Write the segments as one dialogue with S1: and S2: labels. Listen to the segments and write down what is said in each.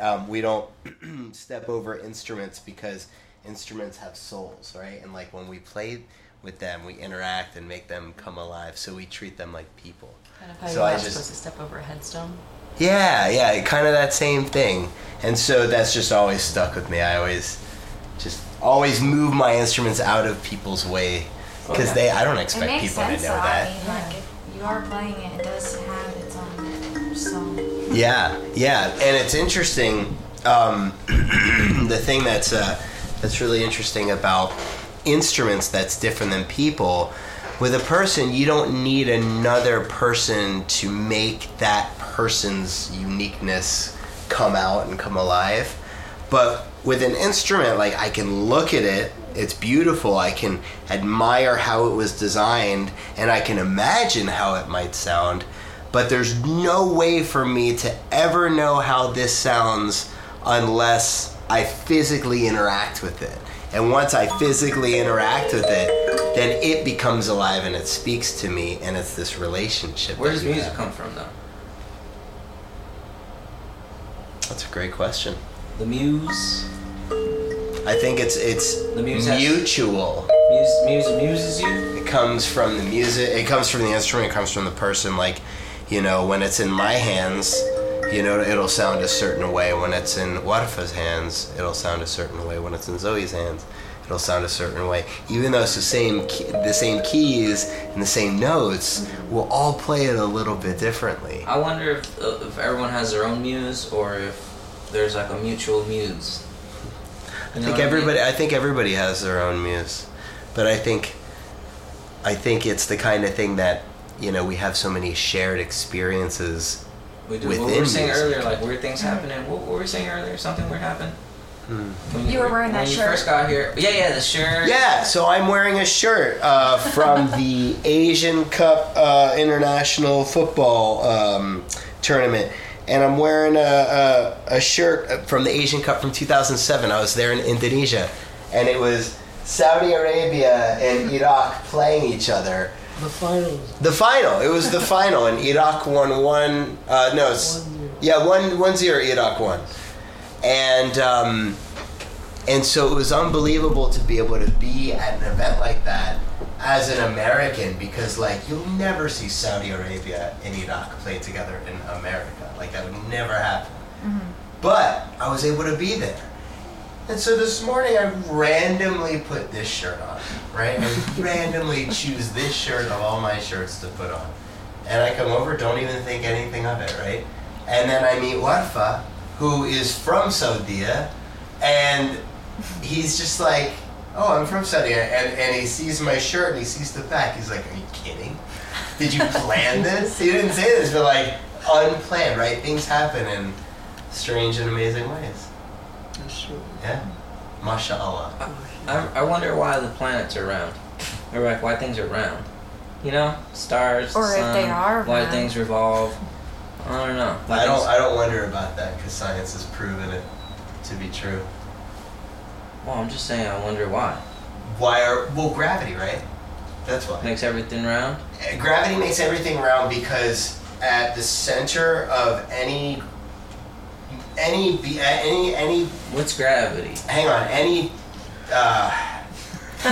S1: Um, we don't step over instruments because instruments have souls, right? And like when we play with them, we interact and make them come alive. So we treat them like people.
S2: Kind of how
S1: So
S2: you're
S1: I
S2: not
S1: just-
S2: supposed to step over a headstone.
S1: Yeah, yeah, kind of that same thing. And so that's just always stuck with me. I always just always move my instruments out of people's way because they I don't
S3: It
S1: expect
S3: makes
S1: people to know
S3: sense though.
S1: that.
S3: I mean, like if you are playing it, it does have its own song.
S1: Yeah, yeah, and it's interesting. Um, the thing that's uh, that's really interesting about instruments that's different than people. With a person, you don't need another person to make that person's uniqueness come out and come alive. But with an instrument, like I can look at it, it's beautiful. I can admire how it was designed, and I can imagine how it might sound. But there's no way for me to ever know how this sounds unless I physically interact with it. And once I physically interact with it, then it becomes alive and it speaks to me, and it's this relationship.
S4: Where
S1: that
S4: does
S1: you
S4: music
S1: have.
S4: come from, though?
S1: That's a great question.
S4: The muse,
S1: I think it's it's
S4: The muse has-
S1: mutual.
S4: muse, muse, muses you.
S1: it comes from the music it comes from the instrument it comes from the person like you know when it's in my hands you know it'll sound a certain way when it's in Warfa's hands it'll sound a certain way when it's in Zoe's hands it'll sound a certain way even though it's the same key, the same keys and the same notes we'll all play it a little bit differently
S4: I wonder if uh, if everyone has their own muse or if there's like a mutual muse.
S1: I think everybody. I think everybody has their own muse, but I think, I think it's the kind of thing that you know we have so many shared experiences.
S4: We do. What we
S1: within
S4: were saying
S1: music.
S4: earlier, like weird things happen, and what were we saying earlier? Something weird happened. When
S3: You were wearing
S4: when
S3: that
S4: you
S3: shirt.
S4: first got here. Yeah, yeah, the shirt.
S1: Hmm. Yeah, so I'm wearing a shirt uh, from the Asian Cup uh, International Football um, Tournament, and I'm wearing a, a, a shirt from the Asian Cup from 2007. I was there in Indonesia, and it was Saudi Arabia and Iraq playing each other.
S5: The finals.
S1: The final. It was the final, and Iraq won one. Uh, no, it's, yeah, one one zero. Iraq won, and um, and so it was unbelievable to be able to be at an event like that as an American because like you'll never see Saudi Arabia and Iraq play together in America. Like that would never happen. But I was able to be there, And so this morning I randomly put this shirt on, right? I randomly choose this shirt of all my shirts to put on. And I come over, don't even think anything of it, right? And then I meet Warfa, who is from Saudiya, and he's just like, oh, I'm from Saudiya. And, and he sees my shirt and he sees the back. He's like, are you kidding? Did you plan this? He didn't say this, but like, unplanned, right? Things happen in strange and amazing ways.
S4: Oh,
S1: Yeah. Mashallah.
S4: I, I wonder why the planets are round. Or like why things are round. You know, stars,
S3: Or
S4: the
S3: if
S4: sun,
S3: they are
S4: why
S3: round.
S4: things revolve. I don't know. Why
S1: I don't.
S4: things-
S1: I don't wonder about that because science has proven it to be true.
S4: well, I'm just saying. I wonder why.
S1: Why are well gravity right? That's why.
S4: Makes everything round.
S1: Uh, Gravity makes everything round because at the center of any any be- uh, any any
S4: What's gravity?
S1: hang on any uh,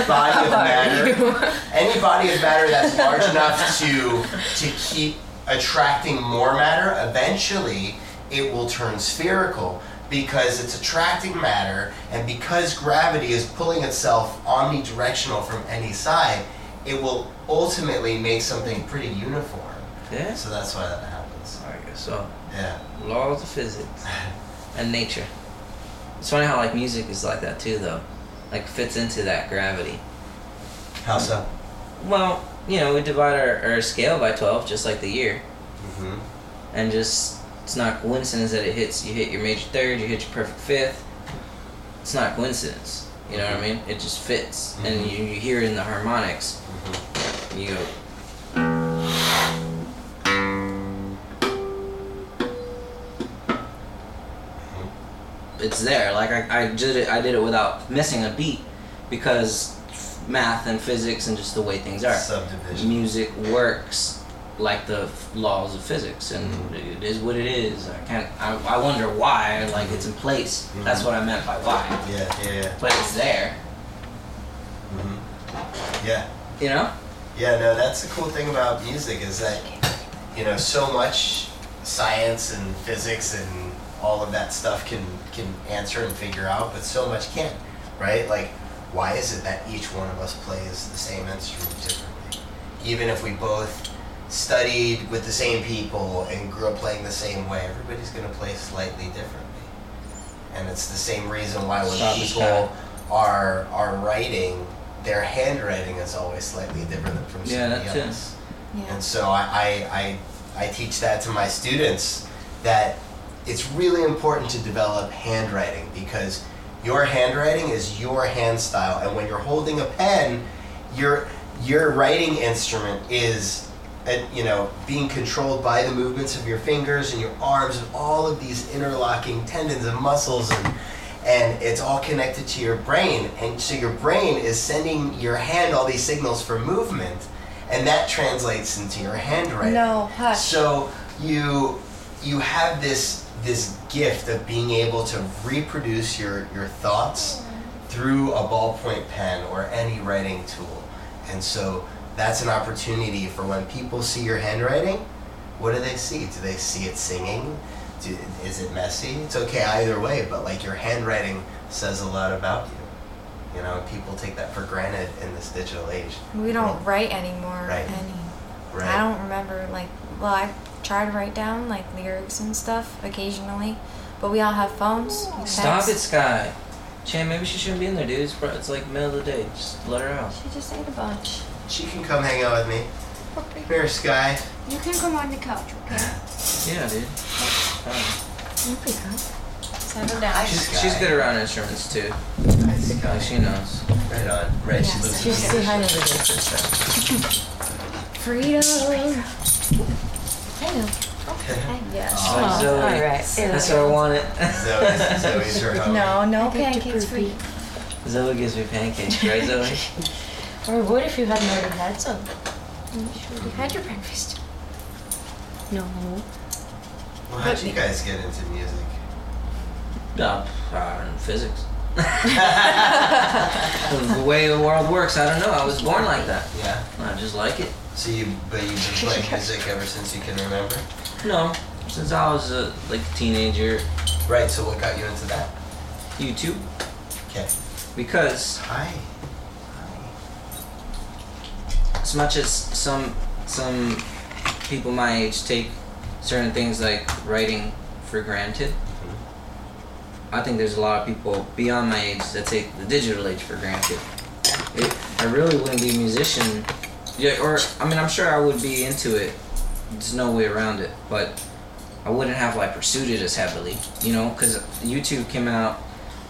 S1: body of matter any body of matter that's large enough to to keep attracting more matter, eventually it will turn spherical because it's attracting matter, and because gravity is pulling itself omnidirectional from any side, it will ultimately make something pretty uniform.
S4: Yeah.
S1: So that's why that happens.
S4: I guess so.
S1: Yeah.
S4: Laws of physics and nature. It's funny how like music is like that too, though. Like fits into that gravity.
S1: How so?
S4: Well, you know, we divide our, our scale by twelve, just like the year.
S1: hmm
S4: and just it's not coincidence that it hits you hit your major third you hit your perfect fifth it's not coincidence you know what i mean it just fits and
S1: Mhm.
S4: you, you hear it in the harmonics
S1: mm-hmm.
S4: and you go it's there like I, I did it i did it without missing a beat because math and physics and just the way things are
S1: Subdivision.
S4: music works like the f- laws of physics and it is what it is i can't i, I wonder why like it's in place that's
S1: Mhm.
S4: what i meant by why
S1: Yeah, yeah, yeah.
S4: but it's there
S1: hmm Yeah.
S4: you know
S1: Yeah, no, that's the cool thing about music is that, you know, so much science and physics and all of that stuff can can answer and figure out, but so much can't, right? Like, why is it that each one of us plays the same instrument differently? Even if we both studied with the same people and grew up playing the same way, everybody's gonna play slightly differently. And it's the same reason why when
S4: Stop the sky.
S1: people are are writing, their handwriting is always slightly different than from
S4: Yeah,
S1: somebody
S4: that too.
S1: else.
S3: Yeah.
S1: And so I, I I I teach that to my students that it's really important to develop handwriting because your handwriting is your hand style and when you're holding a pen, your your writing instrument is uh, you know being controlled by the movements of your fingers and your arms and all of these interlocking tendons and muscles and and it's all connected to your brain and so your brain is sending your hand all these signals for movement and that translates into your handwriting
S3: No, hush.
S1: so you you have this this gift of being able to reproduce your your thoughts
S3: Mm-hmm.
S1: through a ballpoint pen or any writing tool. And so that's an opportunity for when people see your handwriting, what do they see? Do they see it singing? Do, is it messy? It's okay either way, but like your handwriting says a lot about you. You know, people take that for granted in this digital age.
S3: We don't write anymore.
S1: Right.
S3: Any.
S1: Right.
S3: I don't remember like well I try to write down like lyrics and stuff occasionally, but we all have phones. we
S4: stop
S3: text.
S4: it sky Chan, maybe she shouldn't be in there, dude. It's, pro- it's like middle of the day. Just let her out.
S2: She just ate a bunch.
S1: She can come hang out with me. Come here, Sky.
S2: You can come on the couch, okay?
S4: Yeah, dude. Fine.
S2: You can come.
S3: Settle down.
S4: She's,
S1: Sky.
S4: she's good around instruments too.
S1: Hi,
S4: Like
S1: Sky.
S4: she knows.
S1: Right on. Right, she
S3: Yes.
S1: lives
S3: She's
S1: in
S3: still hiding
S1: Hampshire.
S3: Freedom. Hello. Yes.
S1: Oh,
S4: Like
S5: all
S4: Zoe.
S5: right.
S4: That's what I wanted.
S1: Zoe's, Zoe's her home.
S5: No, no
S2: I picked your
S5: pancakes for you.
S4: Zoe gives me pancakes, right, Zoe?
S5: Or what if you had not already had some?
S2: You sure you had your breakfast.
S5: No.
S1: Well, how'd you guys get into music?
S4: Uh, uh, physics. the way the world works, I don't know. I was born like that.
S1: Yeah.
S4: I just like it.
S1: So you, but you've been playing music ever since you can remember.
S4: No, since I was a, like a teenager,
S1: Right. So what got you into that?
S4: YouTube.
S1: Okay.
S4: because
S1: Hi.
S4: as much as some some people my age take certain things like writing for granted, I think there's a lot of people beyond my age that take the digital age for granted. It, I really wouldn't be a musician, yeah, or I mean, I'm sure I would be into it. There's no way around it, but I wouldn't have like pursued it as heavily, you know, because YouTube came out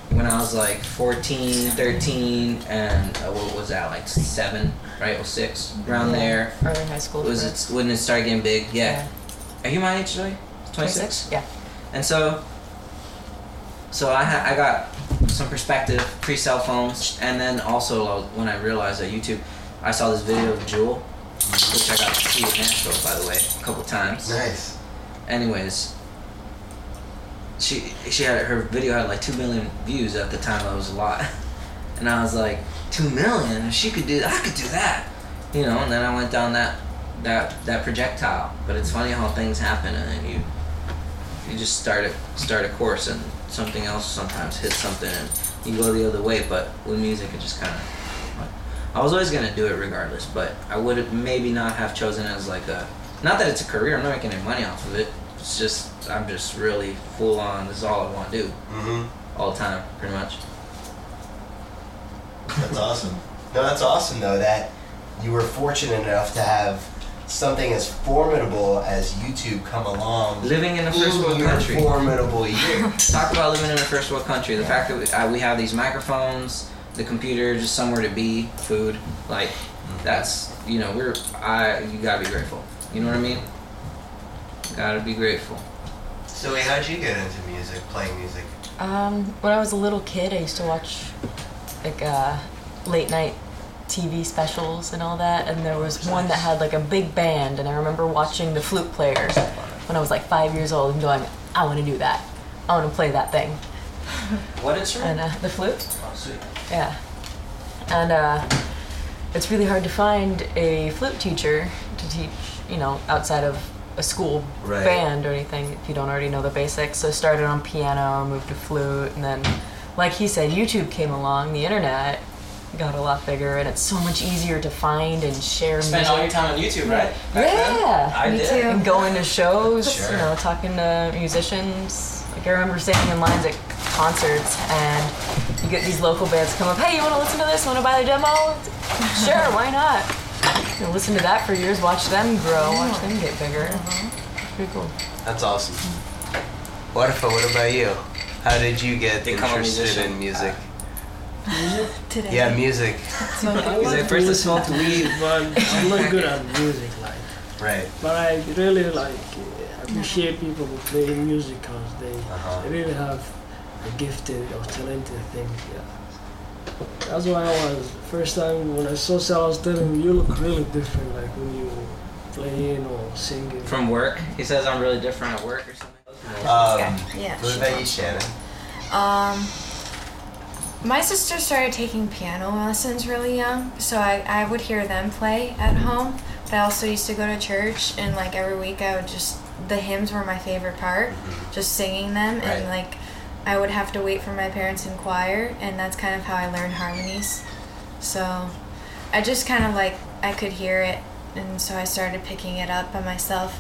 S4: when I was like 14, 13, and uh, what was that, like seven, right, or six, around
S5: Yeah.
S4: there.
S5: Early high school.
S4: Was
S5: correct?
S4: it when it started getting big? Yeah. Are you my age, Joy? Twenty
S5: 26?
S4: six.
S5: Yeah.
S4: And so, so I ha- I got some perspective pre cell phones, and then also uh, when I realized that YouTube, I saw this video of Jewel, which I got to see in Nashville, by the way, a couple times.
S1: Nice.
S4: Anyways, she she had her video had like two million views at the time. That was a lot, and I was like, two million. If she could do that, I could do that. You know. And then I went down that that that projectile. But it's funny how things happen, and then you you just start a start a course, and something else sometimes hits something, and you go the other way. But with music, it just kind of. I was always gonna do it regardless, but I would maybe not have chosen it as like a. Not that it's a career. I'm not making any money off of it. It's just I'm just really full on. This is all I want to do
S1: Mm-hmm.
S4: all the time, pretty much.
S1: That's awesome. No, that's awesome though that you were fortunate enough to have something as formidable as YouTube come along
S4: Living in a first world
S1: in your
S4: country.
S1: formidable year.
S4: Talk about living in a first world country. The fact that we, uh, we have these microphones, the computer, just somewhere to be, food, like that's you know we're I you gotta be grateful. You know what I mean? Gotta be grateful.
S1: So wait, how'd you get into music, playing music?
S5: Um, when I was a little kid, I used to watch like uh, late night TV specials and all that, and there was one that had like a big band, and I remember watching the flute player when I was like five years old and going, "I want to do that. I want to play that thing."
S4: What
S5: And
S4: instrument?
S5: uh, the flute,
S4: Oh, sweet.
S5: yeah. And uh, it's really hard to find a flute teacher to teach, you know, outside of a school
S1: Right.
S5: band or anything if you don't already know the basics. So I started on piano, moved to flute, and then, like he said, YouTube came along, the internet got a lot bigger, and it's so much easier to find and share
S4: Spend all your time on YouTube, right?
S5: Yeah,
S4: I
S3: me
S4: did.
S3: too.
S5: and going to shows,
S1: Sure.
S5: you know, talking to musicians. Like I remember standing in lines at concerts, and you get these local bands come up. Hey, you want to listen to this? Want to buy their demo? sure, why not? You know, listen to that for years. Watch them grow. Watch them get bigger.
S4: Uh-huh.
S5: It's Pretty cool.
S1: That's awesome. Wonderful. What about you? How did you get
S4: Become a
S1: interested
S4: musician.
S1: in music?
S3: Today.
S1: Yeah, music.
S6: I
S4: He's like,
S6: like
S4: first I
S6: music,
S4: smoked weed.
S6: but I'm not good at music, like.
S1: Right.
S6: But I really like uh, appreciate people who play music because they
S1: Uh-huh.
S6: really have a gifted or talented thing. Yeah. That's why I was first time when I saw Sal, I was telling him, you look really different, like when you playing or singing.
S4: From work, he says I'm really different at work or something.
S1: Um,
S3: Yeah.
S1: what
S3: she
S1: about you, Shannon?
S3: Um, my sister started taking piano lessons really young, so I, I would hear them play at home. But I also used to go to church, and like every week I would just, the hymns were my favorite part, just singing them. And
S1: Right.
S3: like I would have to wait for my parents in choir, and that's kind of how I learned harmonies. So I just kind of like, I could hear it, and so I started picking it up by myself.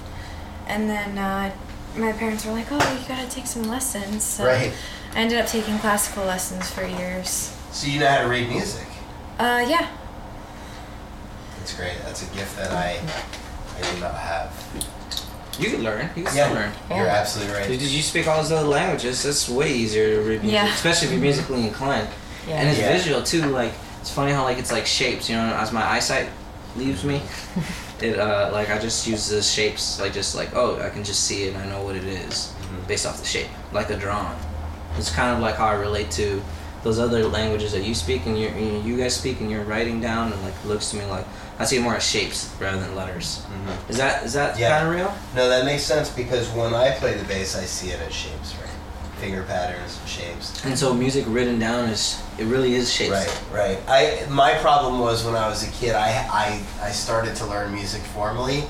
S3: And then uh, my parents were like, oh, you gotta take some lessons. So
S1: Right.
S3: I ended up taking classical lessons for years.
S1: So you know how to read music.
S3: Uh, yeah.
S1: That's great. That's a gift that I I do not have.
S4: You can learn. You can
S1: Yeah.
S4: still learn.
S1: You're
S5: Yeah.
S1: absolutely right.
S4: Dude, you speak all those other languages. That's way easier to read music,
S3: Yeah.
S4: especially if you're musically inclined.
S5: Yeah.
S4: And it's
S1: Yeah.
S4: visual too. Like it's funny how like it's like shapes. You know, as my eyesight leaves me, it uh like I just use the shapes. Like just like oh, I can just see it. and I know what it is based off the shape, like a drawing. It's kind of like how I relate to those other languages that you speak and you're, you know, you guys speak and you're writing down and like looks to me like I see it more as shapes rather than letters.
S1: Mhm.
S4: Is that is that
S1: Yeah.
S4: kind of real?
S1: No, that makes sense because when I play the bass, I see it as shapes, right? Finger patterns, shapes.
S4: And so music written down is it really is shapes.
S1: Right, right. I my problem was when I was a kid, I I, I started to learn music formally,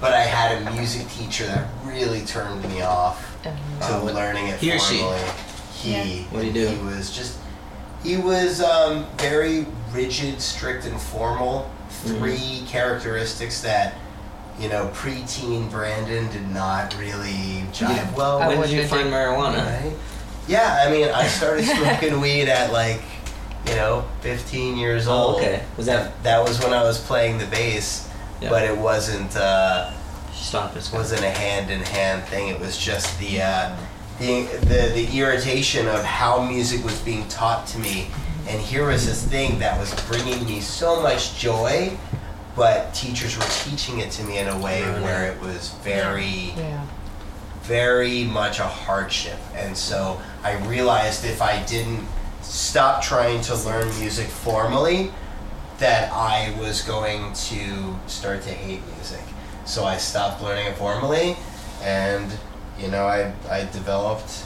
S1: but I had a music teacher that really turned me off
S5: Um,
S1: to learning it
S4: Uh, He or she?
S1: formally. He
S4: What'd he do?
S1: He was just He was um, very rigid, strict, and formal.
S4: Mm-hmm.
S1: 3 characteristics that you know preteen Brandon did not really jive
S4: Yeah.
S1: well
S5: I
S1: with.
S4: when did
S5: wouldn't
S4: you
S5: have
S4: find
S5: did-
S4: marijuana?
S1: Right? Yeah, I mean, I started smoking weed at like you know 15 years old.
S4: Oh, okay. Was that
S1: That was when I was playing the bass,
S4: Yeah.
S1: but it wasn't. Uh,
S4: stop? It's
S1: wasn't a hand in hand thing. It was just the, uh, the the the irritation of how music was being taught to me, and here was this thing that was bringing me so much joy, but teachers were teaching it to me in a way
S4: Ruining.
S1: where it was very
S5: Yeah.
S1: very much a hardship. And so I realized if I didn't stop trying to learn music formally, that I was going to start to hate music. So I stopped learning it formally, and you know, I, I developed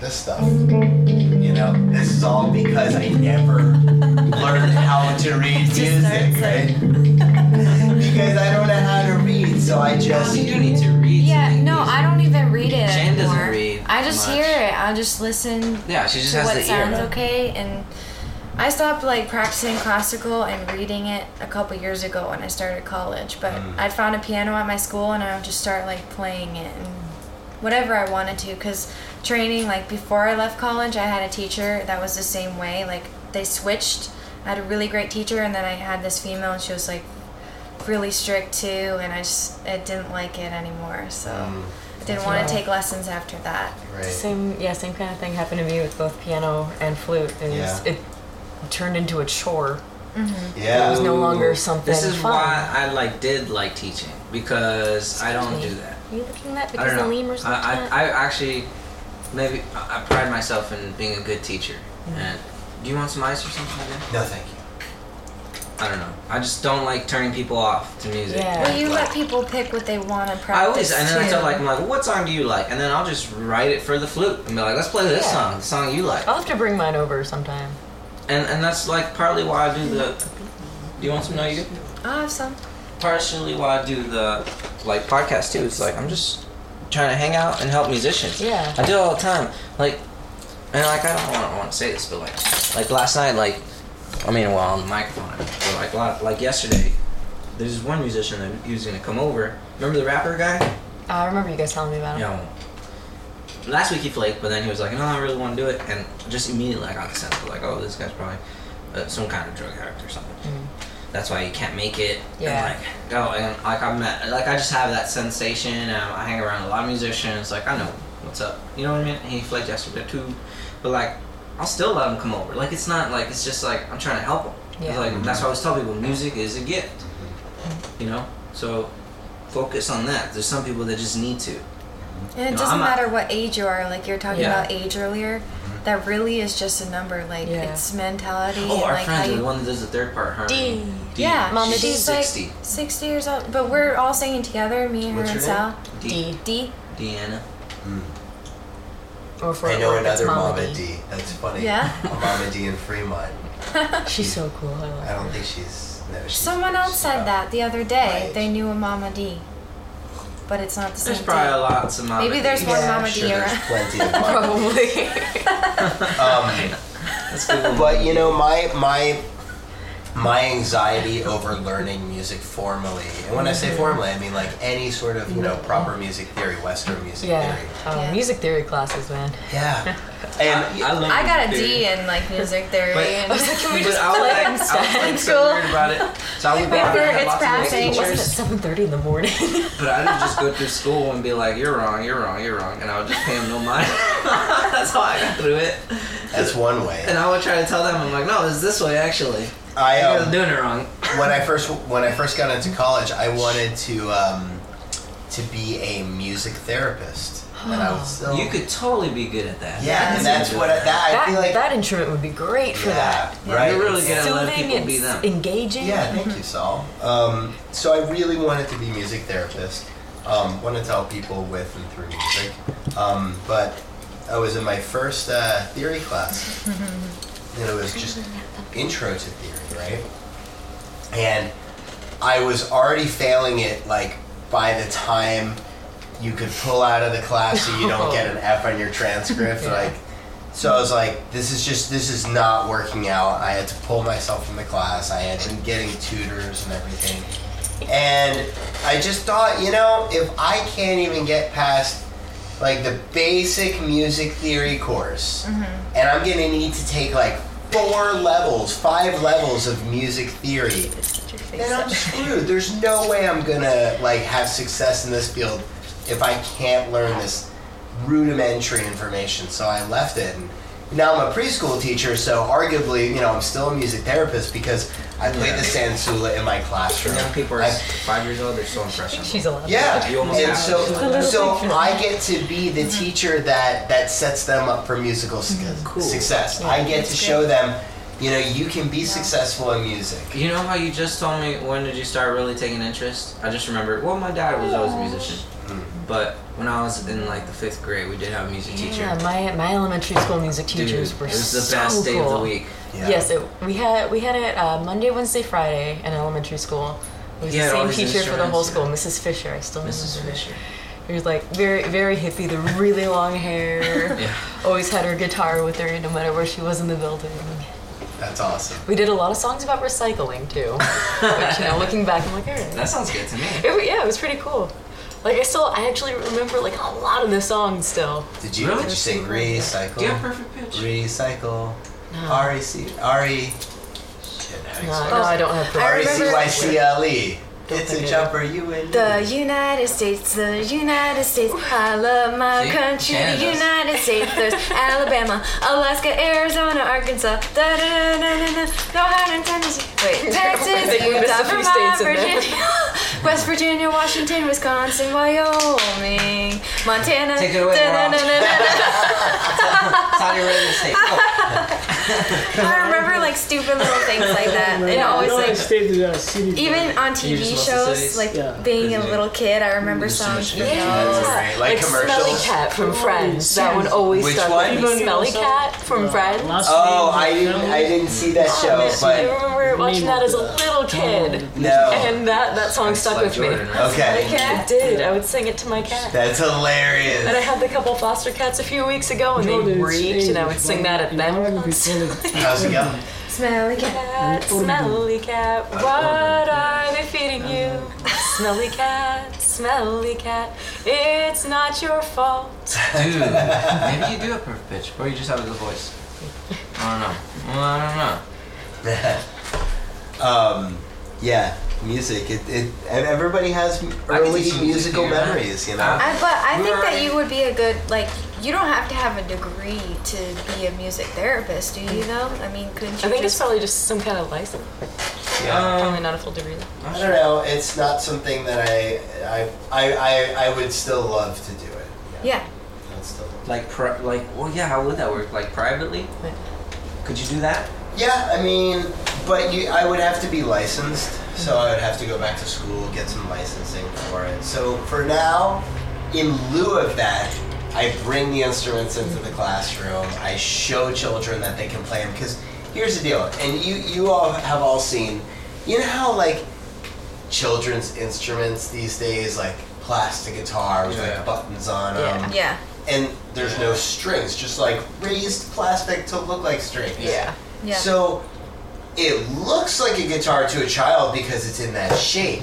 S1: this stuff. You know, this is all because I never learned how to read music,
S3: starts,
S1: right? because I don't know how to read, so I just
S4: you do need to read.
S3: Yeah,
S4: something.
S3: no, I don't even read it
S4: Jan
S3: anymore.
S4: doesn't read
S3: I just
S4: much.
S3: hear it. I just listen
S4: Yeah, she just
S3: to
S4: has
S3: what
S4: the
S3: sounds
S4: ear.
S3: okay, and I stopped like practicing classical and reading it a couple years ago when I started college. But I found a piano at my school, and I would just start like playing it and whatever I wanted to. Cause training, like before I left college, I had a teacher that was the same way. Like they switched. I had a really great teacher, and then I had this female, and she was like really strict too, and I just I didn't like it anymore. So.
S1: Mm.
S3: Didn't want to take lessons after that.
S1: um, right.
S5: Same, yeah, same kind of thing happened to me with both piano and flute. It, was,
S1: Yeah.
S5: it turned into a chore.
S1: Yeah.
S5: It was no longer something
S4: This is
S5: fun.
S4: why I like did like teaching because I don't do that.
S5: Are you looking at that
S4: I
S5: because
S4: don't
S5: the
S4: know.
S5: lemurs looked
S4: I,
S5: at?
S4: I, I actually maybe I I pride myself in being a good teacher. And do you want some ice or something? Like that?
S1: No, thank you.
S4: I don't know. I just don't like turning people off to music.
S5: Yeah.
S3: Well, you
S4: Like,
S3: let people pick what they want to practice.
S4: I always and then I
S3: too.
S4: tell like I'm like, what song do you like? And then I'll just write it for the flute and be like, let's play this
S5: Yeah. Oh.
S4: song, the song you like.
S5: I'll have to bring mine over sometime.
S4: And and that's like partly why I do the. Do you want some? No, you. good?
S3: I'll have some.
S4: Partially why I do the like podcast too. It's like I'm just trying to hang out and help musicians.
S5: Yeah.
S4: I do it all the time. Like, and like I don't want to, want to say this, but like, like last night, like, I mean, well, on the microphone, but like, la- like yesterday, there's one musician that he was gonna come over. Remember the rapper guy?
S5: Uh, I remember you guys telling me about
S4: You
S5: it.
S4: know, last week he flaked, but then he was like, no, I really want to do it, and just immediately I got the sense of like, oh, this guy's probably uh, some kind of drug addict or something. That's why he can't make it.
S5: Mm. Yeah.
S4: And like, oh, and like I'm at, like I just have that sensation. And I hang around a lot of musicians. Like I know what's up. You know what I mean? He flaked yesterday too, but like I'll still let him come over. Like it's not like it's just like I'm trying to help him. It's
S5: Yeah.
S4: Like that's why I always tell people, music is a gift.
S5: Mm-hmm.
S4: You know, so focus on that. There's some people that just need to.
S3: And it
S4: No,
S3: doesn't
S4: I'm not-
S3: matter what age you are. Like you were talking
S4: Yeah.
S3: about age earlier. That really is just a number. Like
S5: Yeah.
S3: it's mentality.
S4: Oh,
S3: and
S4: our
S3: like how
S4: friend,
S3: you-
S4: the one that does the third part, her.
S5: D.
S4: D.
S3: Yeah,
S5: Mama
S3: she's
S5: D's
S3: like
S4: 60.
S3: 60 years old. But we're all singing together, me, her,
S1: What's
S3: and
S1: her name?
S3: Sal.
S4: D.
S3: D.
S4: Deanna.
S5: Or for
S1: Mm. I know
S5: work, it's
S1: another
S5: Mama
S1: Mama
S5: D. Mm.
S1: D. That's funny.
S3: Yeah?
S1: A Mama D in Fremont.
S5: She's so cool. I love
S1: I
S5: her.
S1: don't think she's. No, she's
S3: Someone else said
S1: uh,
S3: that the other day.
S1: Right.
S3: They knew a Mama D. But it's not the same.
S4: There's probably
S3: thing.
S4: lots of Mama
S3: Maybe there's
S4: Ds.
S3: one
S5: Yeah,
S3: Mama
S1: Sure,
S3: D
S1: there's
S3: around.
S1: plenty of Mama.
S5: Probably.
S1: um,
S4: Let's Google
S1: but you know, my my my anxiety over learning music formally, and when I
S3: Mm-hmm.
S1: say formally, I mean like any sort of you know proper music theory, Western music
S5: yeah.
S1: theory.
S5: Oh,
S3: Yeah.
S5: Music theory classes, man.
S1: Yeah. And
S4: I, love
S3: I got a
S4: music
S3: D
S4: theory.
S3: in like music theory.
S4: But,
S3: and-
S4: but I was like, I was like so
S3: school?
S4: weird about it. So I would
S3: Remember,
S4: probably have
S3: it's
S4: lots of great
S3: passing.
S5: Wasn't it
S4: teachers,
S5: 7.30 in the morning?
S4: but I would just go through school and be like, "You're wrong, you're wrong, you're wrong," and I would just pay them no mind. That's how I got through it.
S1: that's one way.
S4: And I would try to tell them, "I'm like, no, it's this way actually.
S1: I
S4: You're
S1: um,
S4: doing it wrong."
S1: when I first when I first got into college, I wanted to um, to be a music therapist, and I was so
S4: You could totally be good at that.
S1: Oh. yeah, and that's what I, that, I
S5: that,
S1: feel like
S5: that instrument would be great for
S1: yeah,
S5: that.
S1: right.
S4: You're really good at letting
S5: Soothing,
S4: people be
S5: it's
S4: them.
S5: engaging.
S1: Yeah, thank you, Saul. Um, so I really wanted to be a music therapist. Um, wanted to help people with and through music. Um, but I was in my first uh, theory class, and it was just intro to theory, right? And I was already failing it. Like by the time you could pull out of the class, so you don't get an F on your transcript, like So I was like, this is just this is not working out. I had to pull myself from the class. I had been getting tutors and everything. And I just thought, you know, if I can't even get past like the basic music theory course, and I'm gonna need to take like four levels, five levels of music theory, then I'm screwed. There's no way I'm gonna like have success in this field if I can't learn this rudimentary information. So I left it, and now I'm a preschool teacher. So arguably, you know, I'm still a music therapist because I played the sansula in my classroom.
S4: Young people are
S1: I-
S4: five years old, they're so impressionable.
S5: She's a lot.
S1: yeah,
S4: You almost
S1: and
S4: have Mm-hmm.
S1: so
S4: to. It's a
S5: little
S1: so
S5: picture.
S1: I get to be the teacher that that sets them up for musical sc-
S4: Mm-hmm. Cool.
S1: success. I get to show them, you know, you can be successful in music.
S4: You know how you just told me when did you start really taking interest? I just remember. Well, my dad was always a musician, but when I was in like the fifth grade, we did have a music teacher.
S5: Yeah, my, my elementary school music
S4: Dude,
S5: teachers were
S4: it was the
S5: so
S4: best day of the
S5: cool.
S4: week.
S1: Yeah.
S5: Yes, it, we had we had it uh, Monday, Wednesday, Friday in elementary school. It was
S4: He had all
S5: the
S4: his
S5: same teacher for the whole
S4: instruments,
S5: school, Mrs. Fisher. I still remember.
S4: Mrs.
S5: her.
S4: Fisher.
S5: She was like very very hippie, the really long hair.
S4: Yeah.
S5: Always had her guitar with her, no matter where she was in the building.
S1: That's awesome.
S5: We did a lot of songs about recycling too. Which, you know, looking back, I'm like, all right.
S4: That sounds good to me.
S5: It wa- yeah, it was pretty cool. Like I still, I actually remember like a lot of the songs still.
S1: Did you
S4: Really?
S1: did you say
S4: Do you have
S1: recycle?
S4: perfect pitch?
S1: Recycle.
S5: No.
S1: R E C R E. Shit, how do you
S5: No,
S1: spell
S5: no, Oh, I don't have.
S1: R
S3: I
S1: E C
S3: remember-
S1: Y C L E.
S5: Don't
S1: It's a
S5: forget it.
S1: jumper. You and
S3: The
S1: me.
S3: United States, the United States. I love my
S4: See?
S3: country, the
S4: Canada's-
S3: United States. There's Alabama, Alaska, Arizona, Arkansas. Da, da, da, da, da, da. No hide in Tennessee. Wait,
S5: I think
S3: Texas,
S5: we missed
S3: Utah,
S5: a few
S3: Vermont,
S5: states in there.
S3: Virginia, West Virginia, Washington, Wisconsin, Wyoming, Montana.
S4: Take it away,
S3: da, da,
S4: Laurel.
S3: da, da, da, da.
S4: Saudi Arabia State. Oh,
S3: I remember like stupid little things like that. And always
S6: United
S3: like.
S6: States is a city.
S3: Even on
S4: You
S3: TV
S4: just love the cities?
S3: shows, like
S6: Yeah.
S3: being a
S4: Crazy.
S3: little kid, I remember
S4: There's so
S3: songs.
S4: much
S3: from
S4: energy.
S3: those.
S1: That's great. Like,
S5: Smelly
S1: commercials.
S5: Cat from Friends. That one
S6: shit.
S5: always
S1: Which
S5: stuck
S1: one?
S5: with me. Oh, Smelly Cat from Friends.
S6: uh, Last
S1: Oh, I
S6: name of
S1: didn't.
S6: the
S1: I
S6: film?
S1: didn't see that
S5: Oh,
S1: show,
S5: Yes, I
S1: but
S5: remember watching that as a little kid,
S1: no.
S5: and that, that song
S4: it's
S5: stuck
S4: like
S5: with me.
S4: Jordan, right?
S1: Okay.
S5: I did. I would sing it to my cat.
S1: That's
S5: And I
S1: hilarious.
S5: had the couple foster cats a few weeks ago, and they
S6: Jordan's
S5: breached, and I would
S6: English,
S5: sing that at
S6: but you
S5: them.
S6: know, people-
S1: How's it going?
S3: Smelly cat.
S5: Cat, smelly cat, what are they feeding you? Smelly cat, smelly cat, it's not your fault.
S4: Dude, maybe you do have perfect pitch, or you just have a good voice. I don't know. Well, I don't know.
S1: um, yeah, music. It, it and everybody has m-
S4: I can
S1: early
S4: teach you music
S1: musical
S4: theory, right?
S1: memories. You know,
S4: Uh,
S3: I, but I
S4: We
S3: think
S4: were
S3: that
S4: already-
S3: you would be a good like. You don't have to have a degree to be a music therapist, do you? Though I mean, couldn't you
S5: I think it's
S3: just?
S5: probably just some kind of license.
S1: yeah.
S5: Probably not a full degree. though.
S1: I don't know. It's not something that I I I, I, I would still love to do it.
S3: yeah.
S1: I'd still love
S4: Like, pri- like, well, yeah. How would that work? Like privately?
S5: Right.
S4: Could you do that?
S1: it. Yeah, I mean, but you, I would have to be licensed, so I would have to go back to school, get some licensing for it. So for now, in lieu of that. I bring the instruments into the classroom. I show children that they can play them. Because here's the deal, and you you all have all seen, you know how like children's instruments these days, like plastic guitar with
S4: Yeah.
S1: like buttons on
S5: Yeah.
S1: them,
S3: Yeah.
S1: and there's no strings, just like raised plastic to look like strings.
S5: Yeah.
S3: Yeah.
S1: So it looks like a guitar to a child because it's in that shape,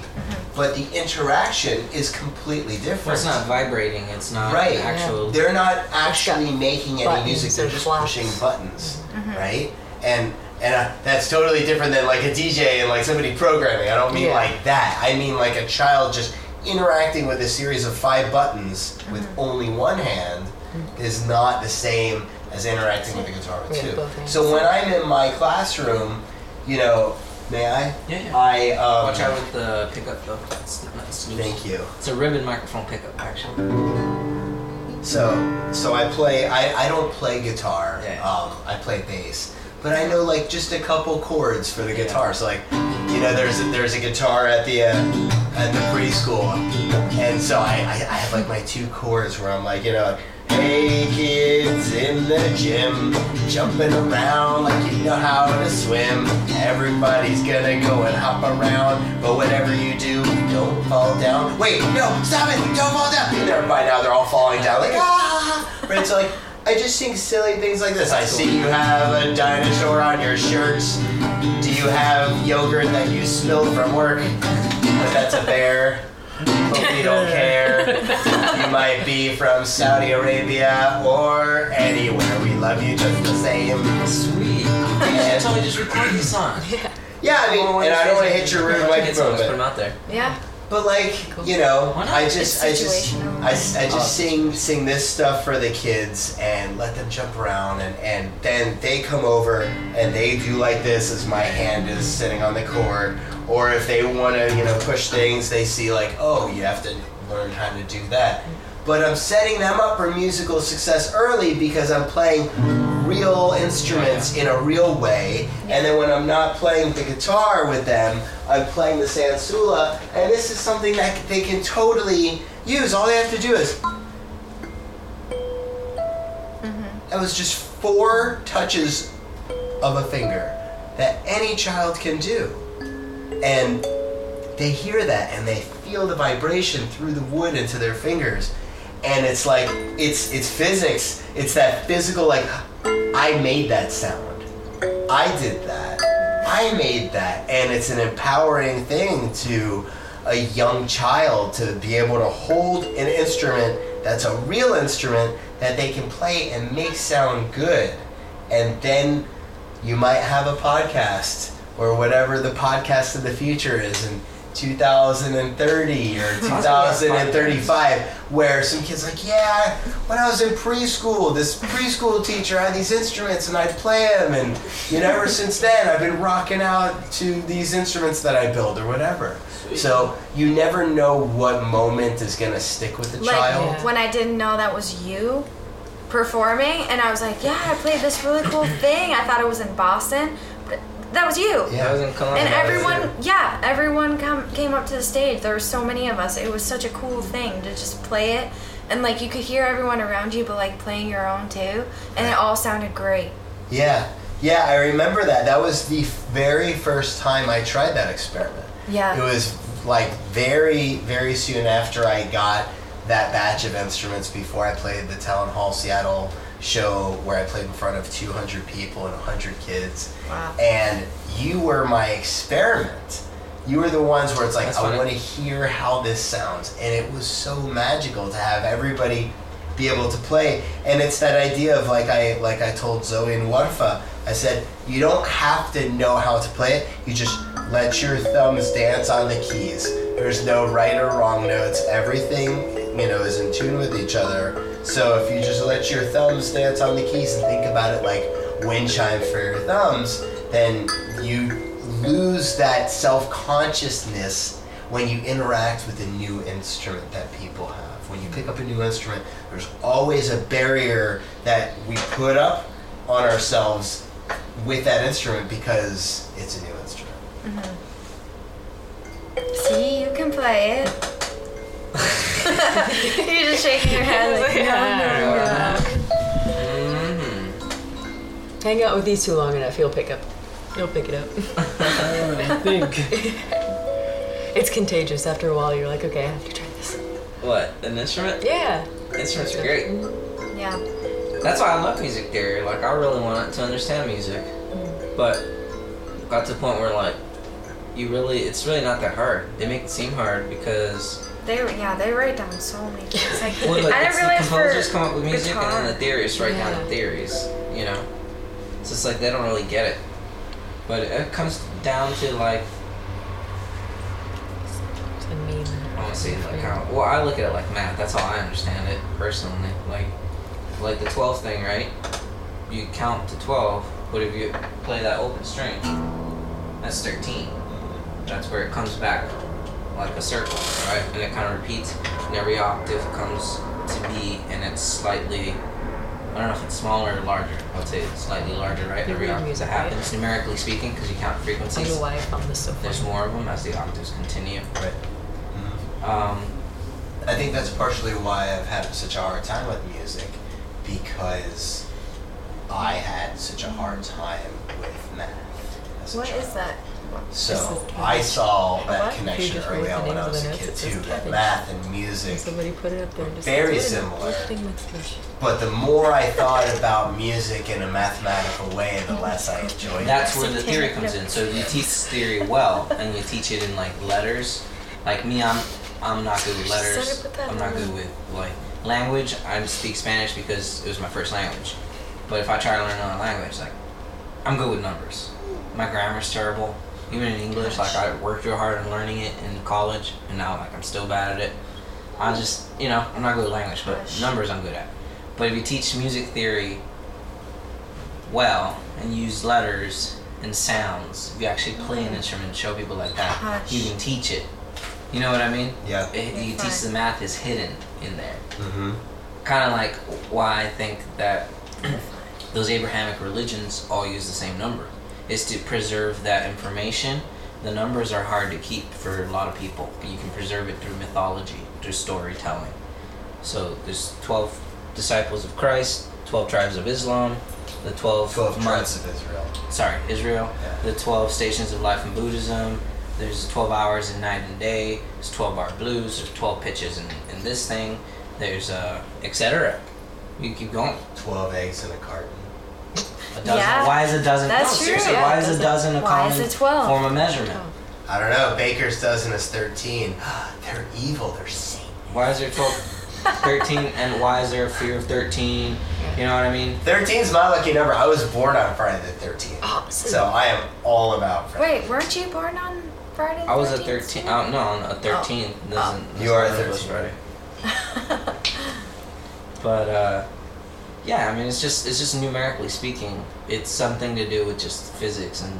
S1: but the interaction is completely different.
S4: Well, it's not vibrating. It's not
S1: Right.
S4: actual.
S1: They're not actually making any
S5: buttons
S1: music. They're
S5: and
S1: just
S5: flaps.
S1: pushing buttons, right? And and uh, that's totally different than like a DJ and like somebody programming. I don't mean
S5: Yeah.
S1: like that. I mean like a child just interacting with a series of five buttons with only one hand is not the same as interacting with a guitar with
S5: Mm-hmm. Yeah, both
S1: two.
S5: hands.
S1: So when I'm in my classroom, you know, may I?
S4: Yeah, yeah.
S1: I um,
S4: Watch out with the pickup though. It's not it's loose.
S1: Thank you.
S4: It's a ribbon microphone pickup, actually.
S1: So, so I play. I, I don't play guitar.
S4: Yeah.
S1: Um, I play bass, but I know like just a couple chords for the guitar. So like, you know, there's a, there's a guitar at the uh, at the preschool, and so I, I I have like my two chords where I'm like, you know. Hey kids in the gym, jumping around like you know how to swim. Everybody's gonna go and hop around, but whatever you do, don't fall down. Wait, no, stop it! Don't fall down. And they're- by now they're all falling down, like ah. Right, so like I just think silly things like this. I see you have a dinosaur on your shirts. Do you have yogurt that you spilled from work? But that's a bear. Hope you don't care. You might be from Saudi Arabia or anywhere. We love you just the same.
S4: Sweet. Yeah, tell me just record these songs.
S1: Yeah, I mean, and I don't want to hit your rude microphone,
S4: Put them
S1: but,
S4: out there.
S3: Yeah.
S1: but like, you know,
S4: Why not?
S1: I just, I just,
S3: Situational.
S1: I, s- I just sing sing this stuff for the kids and let them jump around and, and then they come over and they do like this as my hand is sitting on the cord or if they want to you know push things they see like oh you have to learn how to do that but I'm setting them up for musical success early because I'm playing real instruments in a real way and then when I'm not playing the guitar with them I'm playing the sansula and this is something that they can totally use all they have to do is That was just four touches of a finger that any child can do. And they hear that and they feel the vibration through the wood into their fingers. And it's like it's it's physics. It's that physical like I made that sound. I did that. I made that. And it's an empowering thing to a young child to be able to hold an instrument that's a real instrument that they can play and make sound good. And then you might have a podcast or whatever the podcast of the future is in 2030 or 2035 where some kids like yeah when i was in preschool this preschool teacher had these instruments and i'd play them and you know ever since then i've been rocking out to these instruments that i build or whatever so you never know what moment is going to stick with the
S3: Like
S1: child
S3: when I didn't know that was you performing, and I was like, yeah, I played this really cool thing. I thought it was in Boston, but that was you.
S1: yeah
S4: That was in Columbia.
S3: And everyone, yeah, everyone come, came up to the stage. There were so many of us. It was such a cool thing to just play it, and like you could hear everyone around you, but like playing your own too, and it all sounded great.
S1: Yeah, yeah, I remember that. That was the very first time I tried that experiment.
S3: Yeah.
S1: It was like very, very soon after I got that batch of instruments before I played the Town Hall Seattle show where I played in front of 200 people and 100 kids.
S3: Wow.
S1: And you were my experiment. You were the ones where it's like,
S4: That's
S1: I
S4: funny.
S1: want to hear how this sounds. And it was so magical to have everybody be able to play. And it's that idea of like I like I told Zoe and Warfa, I said, you don't have to know how to play it. You just let your thumbs dance on the keys. There's no right or wrong notes. Everything you know is in tune with each other. So if you just let your thumbs dance on the keys and think about it like wind chime for your thumbs, then you lose that self-consciousness when you interact with a new instrument that people have. When you pick up a new instrument, there's always a barrier that we put up on ourselves with that instrument because it's a new instrument.
S3: See, you can play it. You're just shaking your head like, no, no, no.
S4: Mm-hmm.
S5: Hang out with these too long enough, he'll pick up. He'll pick it up.
S6: I already think.
S5: It's contagious. After a while, you're like, okay, I have to try this.
S4: What? An instrument?
S5: Yeah.
S4: Instruments are great.
S3: Yeah.
S4: That's why I love music theory. Like I really want to understand music,
S3: Mm.
S4: but got to the point where like you really, it's really not that hard. They make it seem hard because
S3: They yeah, they write down so many things. Like,
S4: well, like,
S3: I
S4: it's
S3: didn't
S4: the
S3: realize
S4: composers
S3: for
S4: come up with music and
S3: guitar.
S4: then the theorists write down
S5: Yeah.
S4: the theories. You know, so it's like they don't really get it. But it comes down to like
S5: It's a meme.
S4: I want to see like how. Well, I look at it like math. That's how I understand it personally. Like, like the twelve thing, right? You count to twelve, but if you play that open string, that's thirteen. That's where it comes back like a circle, right? And it kind of repeats. And every octave comes to be, and it's slightly. I don't know if it's smaller or larger. I'll say it's slightly larger, right?
S5: You
S4: Every
S5: read
S4: octave
S5: music,
S4: that
S5: right?
S4: happens numerically speaking, because you count
S5: I
S4: frequencies.
S5: don't know why I found this so
S4: There's
S5: funny.
S4: more of them as the octaves continue.
S1: Right. Mm-hmm.
S4: Um,
S1: I think that's partially why I've had such a hard time with music because I had such a hard time with math. As a
S3: what
S1: child.
S3: is that?
S1: So
S5: Just the-
S1: I saw
S5: Why
S1: that
S5: don't you
S1: connection
S5: just
S1: early
S5: write
S1: on
S5: the
S1: when I
S5: names
S1: was
S5: of
S1: a
S5: the
S1: kid
S5: notes? It's
S1: too. That
S5: cabbage.
S1: math and music.
S5: Somebody put it up there and just
S1: Very
S5: "Let's do it in a
S1: similar.
S5: thing with this."
S1: But the more I thought about music in a mathematical way,
S5: Oh
S1: the less I enjoyed it.
S4: That's where the theory comes in. So you teach theory well, and you teach it in like letters. Like me, I'm I'm not good with
S3: Just
S4: letters.
S3: said it, put that
S4: I'm not
S3: on.
S4: good with like language. I speak Spanish because it was my first language. But if I try to learn another language, like I'm good with numbers. My grammar's terrible. Even in English, like I worked real hard on learning it in college, and now like I'm still bad at it. I just you know I'm not good with language, but numbers I'm good at. But if you teach music theory well and use letters and sounds, if you actually play an instrument and show people like that,
S3: Hush.
S4: you can teach it. You know what I mean?
S1: Yeah.
S4: It, you teach the math is hidden in there.
S1: Mm-hmm.
S4: Kind of like why I think that those Abrahamic religions all use the same number. It's to preserve that information. The numbers are hard to keep for a lot of people, but you can preserve it through mythology, through storytelling. So there's 12 disciples of Christ, 12 tribes of Islam, the 12,
S1: Twelve
S4: months
S1: tribes of Israel.
S4: sorry, Israel,
S1: Yeah.
S4: the 12 stations of life in Buddhism, there's 12 hours in night and day, there's 12 bar blues, there's 12 pitches in, in this thing, there's uh, etc. You keep going.
S1: Twelve eggs in a carton.
S4: A dozen.
S3: Yeah,
S4: why is a dozen?
S3: that's
S4: no,
S3: true,
S4: seriously,
S3: yeah,
S4: why
S3: a
S4: is a
S3: dozen.
S4: dozen a
S3: Why is
S4: common
S3: it Oh. 12?
S4: form of measurement?
S1: I don't know. Baker's dozen is thirteen. They're evil. They're Satan.
S4: Why is there 12, 13, and why is there a fear of 13? You know what I mean?
S1: 13's my lucky number. I was born on Friday the 13th.
S5: Oh,
S1: so I am all about Friday.
S3: Oh, Wait, weren't you born on Friday? the
S4: I was a
S3: 13th?
S4: 13, I don't know, a 13
S3: Oh.
S4: doesn't.
S1: You are a
S4: doesn't look
S1: 13.
S4: right. But uh, yeah, I mean, it's just it's just numerically speaking, it's something to do with just physics and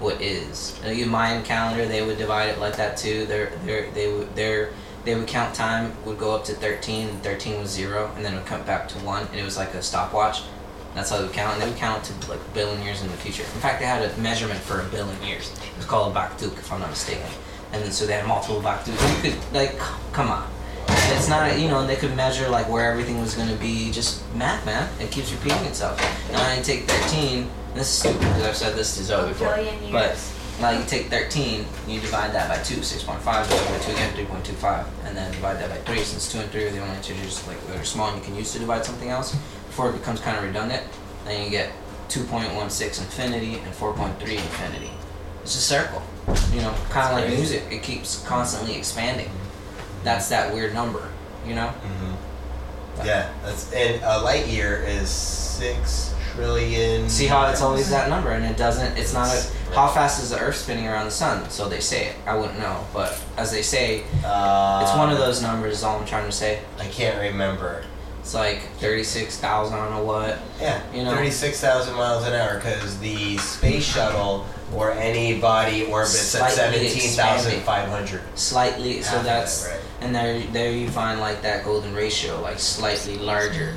S4: what is. And your Mayan calendar, they would divide it like that too. Their their they would their they would count time would go up to thirteen, and thirteen was zero, and then it would come back to one, and it was like a stopwatch. That's how they would count, and they would count to like a billion years in the future. In fact, they had a measurement for a billion years. It was called a Baktuk, if I'm not mistaken. And then, so they had multiple Baktuks. You could like, c- come on. And It's not, you know, and they could measure like where everything was going to be. Just math, man. It keeps repeating itself. And I take 13. This is stupid because I've said this to Zoe before.
S3: billion
S4: But
S3: years.
S4: now you take 13, you divide that by 2, 6.5, divide by 2 again, 3.25, and then divide that by 3. Since 2 and 3 are the only integers like that are small and you can use to divide something else, before it becomes kind of redundant, then you get 2.16 infinity and 4.3 infinity. It's a circle. You know, kind of like
S1: crazy.
S4: music, it keeps constantly expanding that's that weird number, you know?
S1: Mm-hmm. Yeah, that's and a light year is six trillion.
S4: See how it's always that number and it doesn't it's not a how fast is the earth spinning around the sun? So they say it. I wouldn't know, but as they say,
S1: Uh,
S4: it's one of those numbers is all I'm trying to say.
S1: I can't remember.
S4: It's like thirty six thousand on a what?
S1: Yeah,
S4: You know.
S1: thirty-six thousand miles an hour because the space shuttle or any body orbits at
S4: Slightly
S1: seventeen thousand five hundred.
S4: Slightly so
S1: Half of that,
S4: that's
S1: right.
S4: and there there you find like that golden ratio, like slightly larger.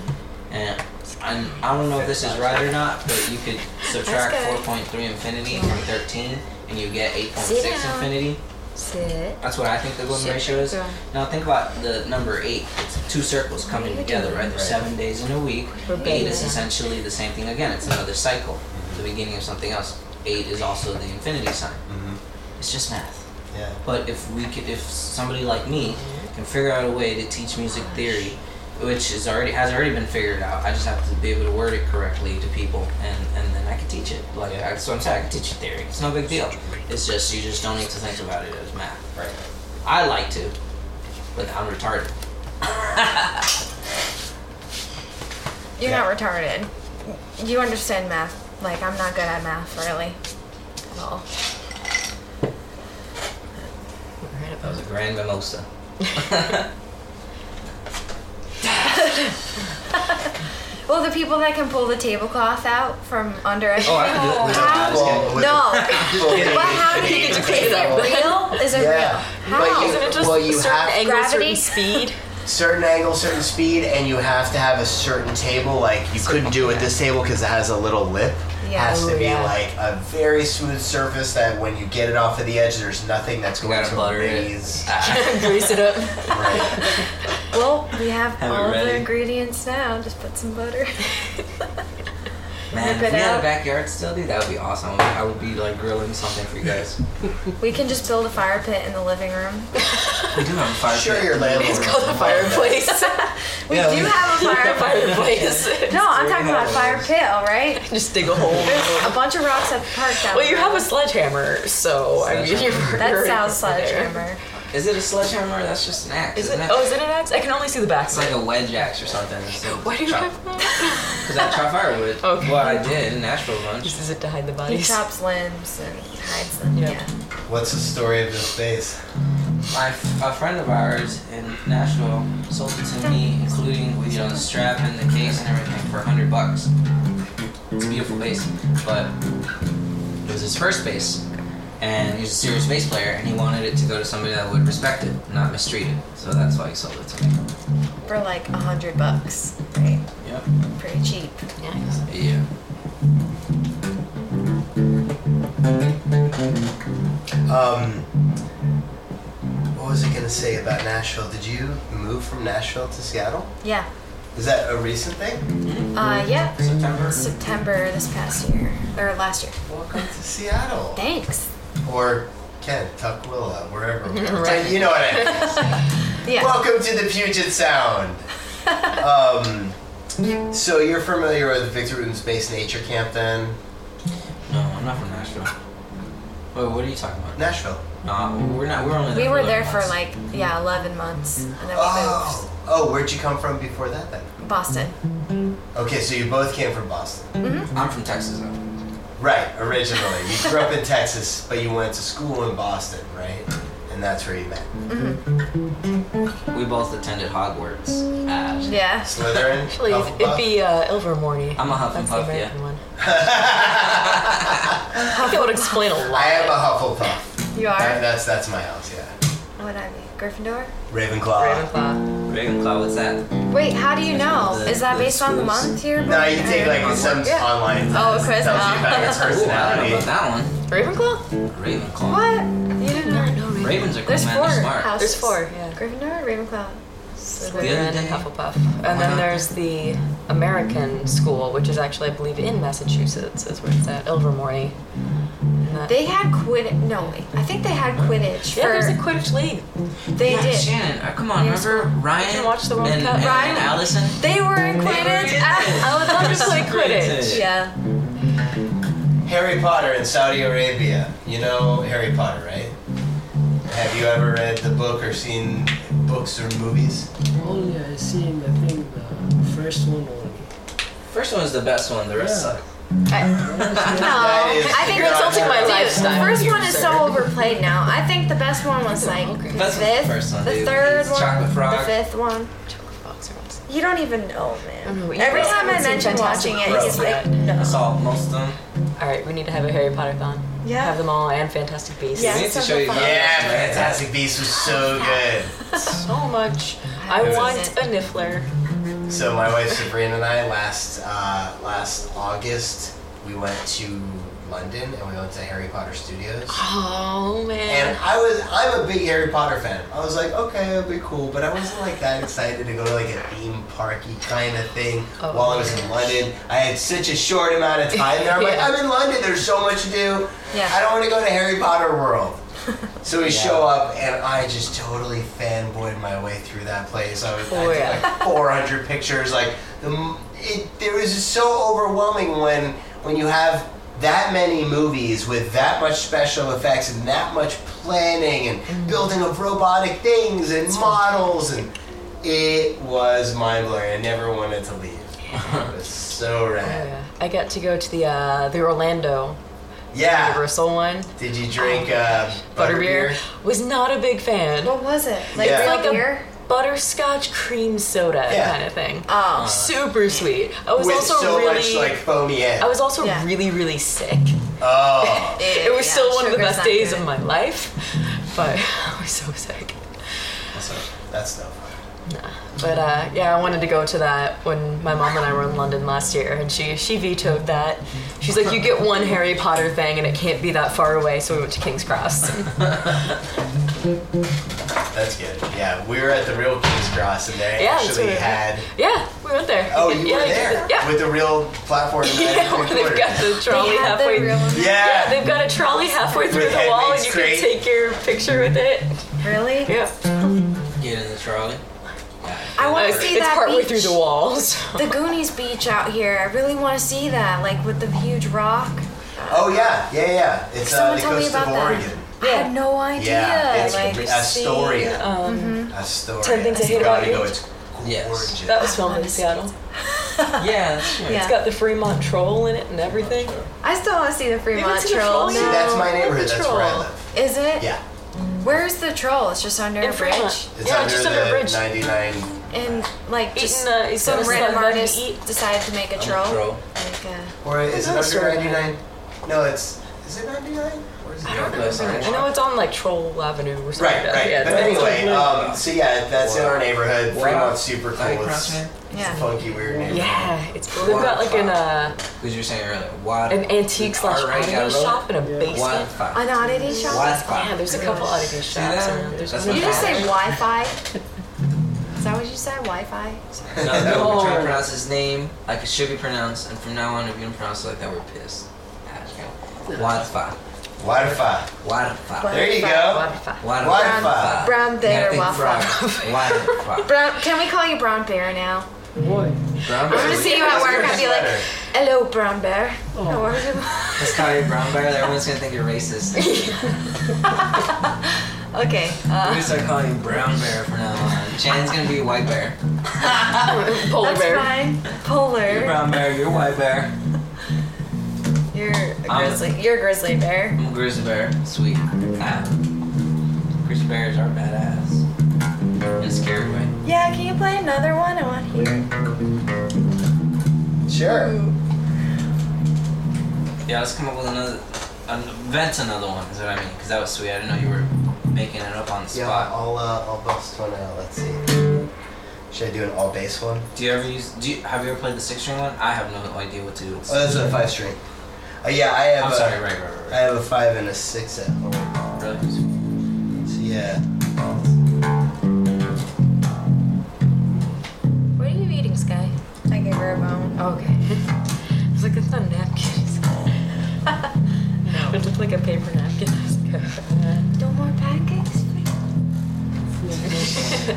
S4: And and I don't know if this is right or not, but you could subtract
S3: That's good.
S4: 4.3 infinity from 13, and you get 8.6
S3: Sit down.
S4: infinity.
S3: Sit.
S4: That's what I think the golden
S3: Shit,
S4: ratio is.
S3: girl.
S4: Now think about the number eight. It's two circles coming together, right? There's seven days in a week. Eight Mm-hmm. is essentially the same thing again. It's another cycle, the beginning of something else. Eight is also the infinity sign.
S1: Mm-hmm.
S4: It's just math. Mm-hmm.
S1: Yeah.
S4: But if we could, if somebody like me can figure out a way to teach music theory, which is already has already been figured out, I just have to be able to word it correctly to people, and and then I can teach it. Like I, that's what I'm saying. I can teach you theory. It's no big deal. It's just you just don't need to think about it as math.
S1: Right.
S4: I like to, but I'm retarded.
S3: You're
S1: Yeah.
S3: not retarded. You understand math. Like I'm not good at math really. At all.
S5: Right up
S4: That was a grand mimosa.
S3: Well, the people that can pull the tablecloth out from under everything.
S4: Oh, I can do it. I was kidding.
S3: no.
S1: Well,
S3: But how do you? Is it real? Is it
S1: Yeah.
S3: real? How?
S1: But you-
S5: Isn't it just
S1: well, you
S5: certain
S1: have-
S5: angle, certain
S3: Gravity?
S5: speed?
S1: certain angle, certain speed, and you have to have a certain table. Like you couldn't do at this table because it has a little lip.
S3: Yeah.
S1: has to
S5: Ooh,
S1: be
S5: yeah.
S1: like a very smooth surface that when you get it off of the edge, there's nothing that's
S4: You
S1: going
S4: gotta
S1: to
S4: butter it.
S1: raise.
S5: Grease it up.
S1: Right.
S3: well, we have
S4: Have it
S3: all of
S4: ready.
S3: the ingredients now. Just put some butter.
S4: Man, if
S3: Look it
S4: we had
S3: up.
S4: a backyard still, dude, that would be awesome. I would be like grilling something for you guys.
S3: We can just build a fire pit in the living room.
S4: We do have a fire
S1: Sure,
S4: pit.
S1: your landlord.
S5: It's called a fireplace.
S3: We
S4: Yeah,
S3: do
S4: we-
S3: have a fire
S5: fireplace.
S3: No, I'm
S4: There
S3: talking
S4: you
S3: about
S4: go.
S3: fire pit, all right?
S5: Just dig a hole.
S3: A bunch of rocks at the park down
S5: Well, you
S3: there.
S5: have a sledgehammer, so I mean, you're
S3: That
S5: you're
S3: sounds
S5: there.
S3: sledgehammer.
S4: Is it a sledgehammer? That's just an axe.
S5: Is it?
S4: isn't
S5: Oh, is it an axe? I can only see the back.
S4: It's like a wedge axe or something. It's like-
S5: Why do you have that?
S4: Because I try firewood.
S5: Okay.
S4: Well, I did in Nashville once.
S5: This is it to hide the
S3: He
S5: bodies.
S3: chops limbs and hides them.
S5: Yeah.
S3: Yeah.
S1: What's the story of this base?
S4: My, a friend of ours in Nashville sold it to me, including you know the strap and the case and everything, for a hundred bucks. It's a beautiful bass, but it was his first bass, and he was a serious bass player, and he wanted it to go to somebody that would respect it, not mistreat it. So that's why he sold it to me.
S3: For like a hundred bucks, right?
S4: Yep.
S3: Pretty cheap.
S5: Nice.
S4: Yeah.
S1: Um, what was I gonna say about Nashville? Did you move from Nashville to Seattle?
S3: Yeah.
S1: Is that a recent thing?
S3: Uh, yeah.
S4: September.
S3: September this past year or last year.
S1: Welcome to Seattle.
S3: Thanks.
S1: Or Ken, Tukwila, wherever. right. You know what I mean.
S3: Yeah.
S1: Welcome to the Puget Sound. um, so you're familiar with Victor Rudin's Base Nature Camp then?
S4: No, I'm not from Nashville. Wait, what are you talking about?
S1: Nashville.
S4: No, we're not. We're only.
S3: we
S4: for
S3: were
S4: 11
S3: there for
S4: months.
S3: like yeah, eleven months, and then we
S1: Oh. Oh, where'd you come from before that then?
S3: moved Boston.
S1: Okay, so you both came from Boston.
S4: I'm from Texas. though.
S1: Right, originally. You grew up in Texas, but you went to school in Boston, right? And that's where you met.
S4: We both attended Hogwarts. Uh,
S3: Yeah.
S1: Slytherin?
S5: Actually, it'd be uh, Ilvermorny.
S4: I'm a Huff and
S5: That's the
S4: Puff,
S5: American
S4: yeah.
S5: one. I think that would explain a
S1: I
S5: lot.
S1: am a Hufflepuff.
S3: You are.
S1: That- that's that's my house, yeah.
S3: What I mean, Gryffindor.
S1: Ravenclaw.
S5: Ravenclaw.
S4: Ravenclaw, what's that?
S3: Wait, how do you know?
S4: The-
S3: Is that
S4: the
S3: based on the
S4: schools.
S3: month here?
S1: No, you take like
S4: Ravenclaw.
S1: some
S3: Yeah.
S1: online
S3: Oh,
S1: test.
S3: Chris,
S1: tells you
S3: huh?
S1: about your
S4: Ooh, I don't
S1: personality.
S4: know about that one.
S5: Ravenclaw?
S4: Ravenclaw.
S3: What? You didn't know?
S4: Ravens are cool,
S3: There's
S4: man.
S3: four
S4: They're smart.
S3: houses.
S5: There's four, yeah.
S3: Gryffindor, Ravenclaw.
S5: Slytherin
S4: other
S5: and
S4: day-
S5: Hufflepuff. And then there's the American school, which is actually, I believe, in Massachusetts, is where it's at, Ilvermorny. And that-
S3: They had Quidditch. No, wait. I think they had Quidditch.
S5: yeah,
S3: for,
S5: there's a Quidditch league.
S3: They
S4: yeah,
S3: did.
S4: Shannon, uh, come on,
S5: Yeah,
S4: remember Ryan
S5: can watch the World
S4: and,
S5: Cup.
S4: and,
S3: Ryan-
S4: and Allison?
S3: They were in
S4: were
S3: Quidditch.
S4: in
S3: I, I would love to play
S4: Quidditch.
S3: Quidditch. Yeah.
S1: Harry Potter in Saudi Arabia. You know Harry Potter, right? Have you ever read the book or seen books or movies?
S6: Only I seen, I think, the first one only.
S4: First one was the best one. The rest
S6: Yeah.
S4: suck.
S3: No,
S1: That is-
S3: I think
S1: You're insulting my
S3: Dude,
S5: lifestyle.
S3: The first
S5: You're
S3: one is
S5: absurd.
S3: so overplayed now. I think the best one was like
S5: Okay.
S3: the
S4: Best one's the
S3: fifth,
S4: first one,
S3: the
S4: dude.
S3: third
S4: It's
S3: one,
S4: Chocolate
S3: the
S4: Frog.
S3: fifth one.
S5: Chocolate box or what's-
S3: You don't even know, man.
S5: I don't know what you-
S3: Every
S5: Bro.
S3: time I
S5: It's
S3: mention
S5: fantastic.
S3: watching it,
S5: Bro.
S3: he's like, no.
S4: I saw most of them.
S5: All right, we need to have a Harry Potter thon.
S3: Yeah.
S5: Have them all and Fantastic Beasts.
S3: Yeah.
S4: we need to show you.
S3: Yeah,
S1: Yeah,
S4: Right.
S1: Fantastic Beasts was so good.
S5: So much. I
S1: It was-
S5: want a Niffler.
S1: So my wife Sabrina and I last uh, last August we went to London and we went to Harry Potter Studios.
S5: Oh
S1: And
S5: man.
S1: I was I'm a big Harry Potter fan. I was like, okay, it'll be cool, but I wasn't like that excited to go to like a theme parky kind of thing
S5: Oh.
S1: while I was in London. I had such a short amount of time there. I'm like,
S5: Yeah.
S1: I'm in London, there's so much to do.
S3: Yeah.
S1: I don't want to go to Harry Potter World. So we show up and I just totally fanboyed my way through that place. I was I
S5: Oh,
S1: took,
S5: yeah.
S1: like 400 pictures. Like the m- it, it was just so overwhelming when when you have that many movies with that much special effects and that much planning and
S5: Mm-hmm.
S1: building of robotic things and models and it was mind blowing. I never wanted to leave. It was so
S5: Oh,
S1: rad.
S5: yeah. I got to go to the uh, the Orlando
S3: Ah.
S1: Yeah.
S5: Universal one.
S1: Did you drink uh,
S5: Oh. Butterbeer. Was not a big fan.
S3: What was it? Like
S1: Yeah.
S3: real
S5: Like a-
S3: beer?
S5: Butterscotch cream soda
S1: Yeah.
S5: kind of thing.
S1: Uh,
S3: Oh.
S5: Super sweet. I was
S1: With
S5: also
S1: so
S5: really
S1: much like foamy end.
S5: I was also
S3: Yeah.
S5: really really sick.
S1: oh.
S5: It was
S3: Yeah,
S5: still one of the
S3: sugar's
S5: best
S3: not
S5: days
S3: good.
S5: of my life, but I was so sick.
S4: That's right.
S1: That's no fun.
S5: But uh, yeah, I wanted to go to that when my mom and I were in London last year, and she she vetoed that. She's like, "You get one Harry Potter thing, and it can't be that far away." So we went to King's Cross.
S1: that's good. Yeah, we were at the real King's Cross, and they
S5: Yeah, that's
S1: actually
S5: what it-
S1: had.
S5: Yeah, we went there.
S1: Oh, you
S5: yeah,
S1: were
S5: we did
S1: there
S5: it. Yeah.
S1: with the real platform. and
S5: yeah, where
S1: everything
S5: they've got
S1: recorded.
S5: the trolley halfway.
S1: Yeah.
S5: yeah, they've got a trolley halfway through
S1: With
S5: the wall, and
S1: Henry's
S5: you
S1: crate.
S5: can take your picture with it.
S3: Really?
S5: Yeah,
S4: Get in the trolley.
S3: I want
S5: Like,
S3: to see
S5: it's
S3: that
S5: partway
S3: beach.
S5: through the walls.
S3: The Goonies beach out here. I really want to see that, like with the huge rock.
S1: Oh yeah, yeah, yeah. It's uh,
S3: Someone
S1: the
S3: told me
S1: coast
S3: about
S1: of
S3: that.
S1: Oregon.
S3: I had no idea.
S1: Yeah, it's
S3: like,
S1: Astoria.
S5: Um,
S3: Mm-hmm.
S1: Astoria.
S5: 10 things I
S1: You
S5: hate about
S1: gotta
S5: you.
S1: Go. It's
S4: Yes.
S1: gorgeous.
S5: That was filmed in Seattle.
S4: Yeah, that's true.
S3: Yeah.
S5: It's got the Fremont Troll in it and everything.
S3: I still want to see the
S5: can
S3: Fremont
S5: see the
S3: Troll.
S5: trolley.
S1: See,
S5: No,
S1: that's my neighborhood.
S5: that's
S1: That's where I
S5: troll.
S1: live.
S3: Is it?
S1: Yeah,
S3: Where's the troll? It's just under
S5: In
S3: a bridge.
S5: Fremont.
S1: it's
S5: Yeah,
S1: under
S5: just
S1: the
S5: under a bridge.
S1: 99.
S3: And like just
S5: Eating, uh, he's
S3: some
S5: got a
S3: random
S5: slug that he
S3: artist
S5: eats.
S3: decided to make a
S4: I'm a
S3: troll.
S4: troll.
S3: Like, uh,
S1: Or is it
S5: Another
S1: under
S5: story.
S1: 99? No, it's. Is it 99? Or is it
S4: don't know.
S5: I know it's on like Troll Avenue or something.
S1: Right,
S5: like that.
S1: right.
S5: Yeah,
S1: but
S5: it's-
S1: anyway, um, so yeah, that's in our neighborhood.
S4: Wow.
S1: Fremont's super cool.
S4: Like
S1: It's,
S4: Crossman?
S1: it's a
S3: yeah.
S1: funky, weird neighborhood.
S5: yeah, it's cool. They've got like an uh,
S4: Because you were saying earlier, why
S5: an antique slash
S4: Alright, I
S5: audio
S4: wrote it.
S5: shop and a
S6: Yeah.
S5: basement.
S4: Wi-Fi.
S3: An oddity shop.
S4: Wi-Fi.
S5: Yeah,
S3: Oh
S5: there's a couple audio shops
S4: that?
S5: around. There's
S4: That's
S5: one-
S3: Did you just say
S4: Yeah.
S3: Wi-Fi? Is that what you said? Wi-Fi.
S4: No, no, we're trying
S5: No.
S4: to pronounce his name like it should be pronounced, and from now on, if you don't pronounce it like that, we're pissed. Wi-Fi.
S1: Wi-Fi.
S4: Wi-fi.
S1: There you go.
S3: Wi-Fi.
S1: Wi-Fi.
S4: Wi-fi.
S3: Brown bear
S4: You gotta
S3: waffle.
S4: think brown. Wi-fi.
S3: Brown, can we call you Brown Bear now?
S6: Why?
S4: Brown
S3: I'm gonna
S4: bear.
S3: see you at work. I'll be
S1: Sweater.
S3: like, "Hello, Brown Bear. How
S6: Oh.
S3: are you?"
S4: Let's call you brown bear. Everyone's gonna think you're racist.
S3: Okay.
S4: We're
S3: Uh,
S4: gonna start calling you brown bear from now on. Chan's gonna be white bear.
S5: polar
S3: that's
S5: bear.
S3: fine.
S4: You're
S3: Polar.
S4: brown bear. You're white bear.
S3: You're a
S4: I'm-
S3: grizzly. You're a grizzly bear.
S4: I'm a grizzly bear. Sweet. Ah. Grizzly bears are badass. In a scary way.
S3: Yeah. Can you play another one? I want to hear.
S1: Sure.
S4: Yeah, let's come up with another. An, invent another one, is what I mean. Because that was sweet. I didn't know you were making it up on the
S1: Yeah,
S4: spot.
S1: I'll uh, I'll bust one out. Let's see. Should I do an all bass one?
S4: Do you ever use. Do you, have you ever played the six string one? I have no idea what to do. With
S1: Oh, that's a five string. Uh, yeah, I have.
S4: I'm
S1: a,
S4: sorry, right, right, right.
S1: I
S4: right.
S1: have a five and a six at home.
S4: Really?
S1: So yeah.
S3: What are you eating, Sky? I gave her a bone.
S5: Okay. I was like, that's not a napkin.
S3: No.
S5: It looked like a paper napkin. I was like,
S3: No more pancakes.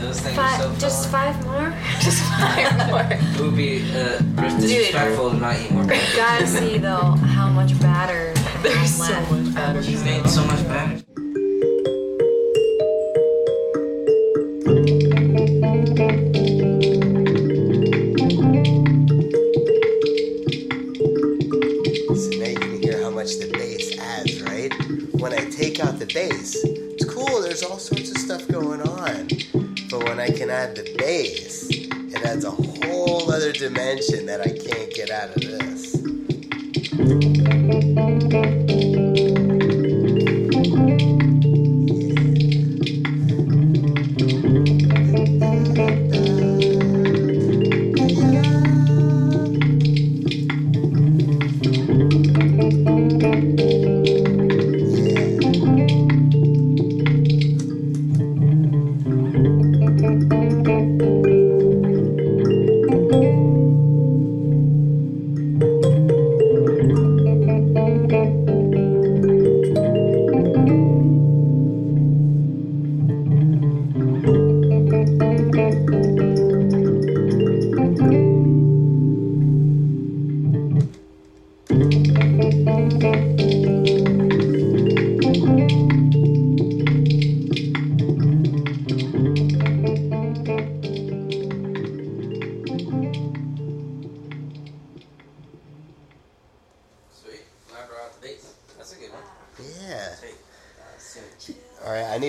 S4: Those things are so
S3: Five,
S4: fun.
S3: just five more.
S5: Just five more.
S4: It would be uh, disrespectful to not eat more bread.
S3: Gotta see though how much batter I have
S5: There's so
S3: left.
S5: much better.
S4: You made so much better.
S1: So now you can hear how much the bass adds, right? When I take out the bass, it's cool, there's all sorts of stuff going on. But when I can add the bass, it adds a whole other dimension that I can't get out of this.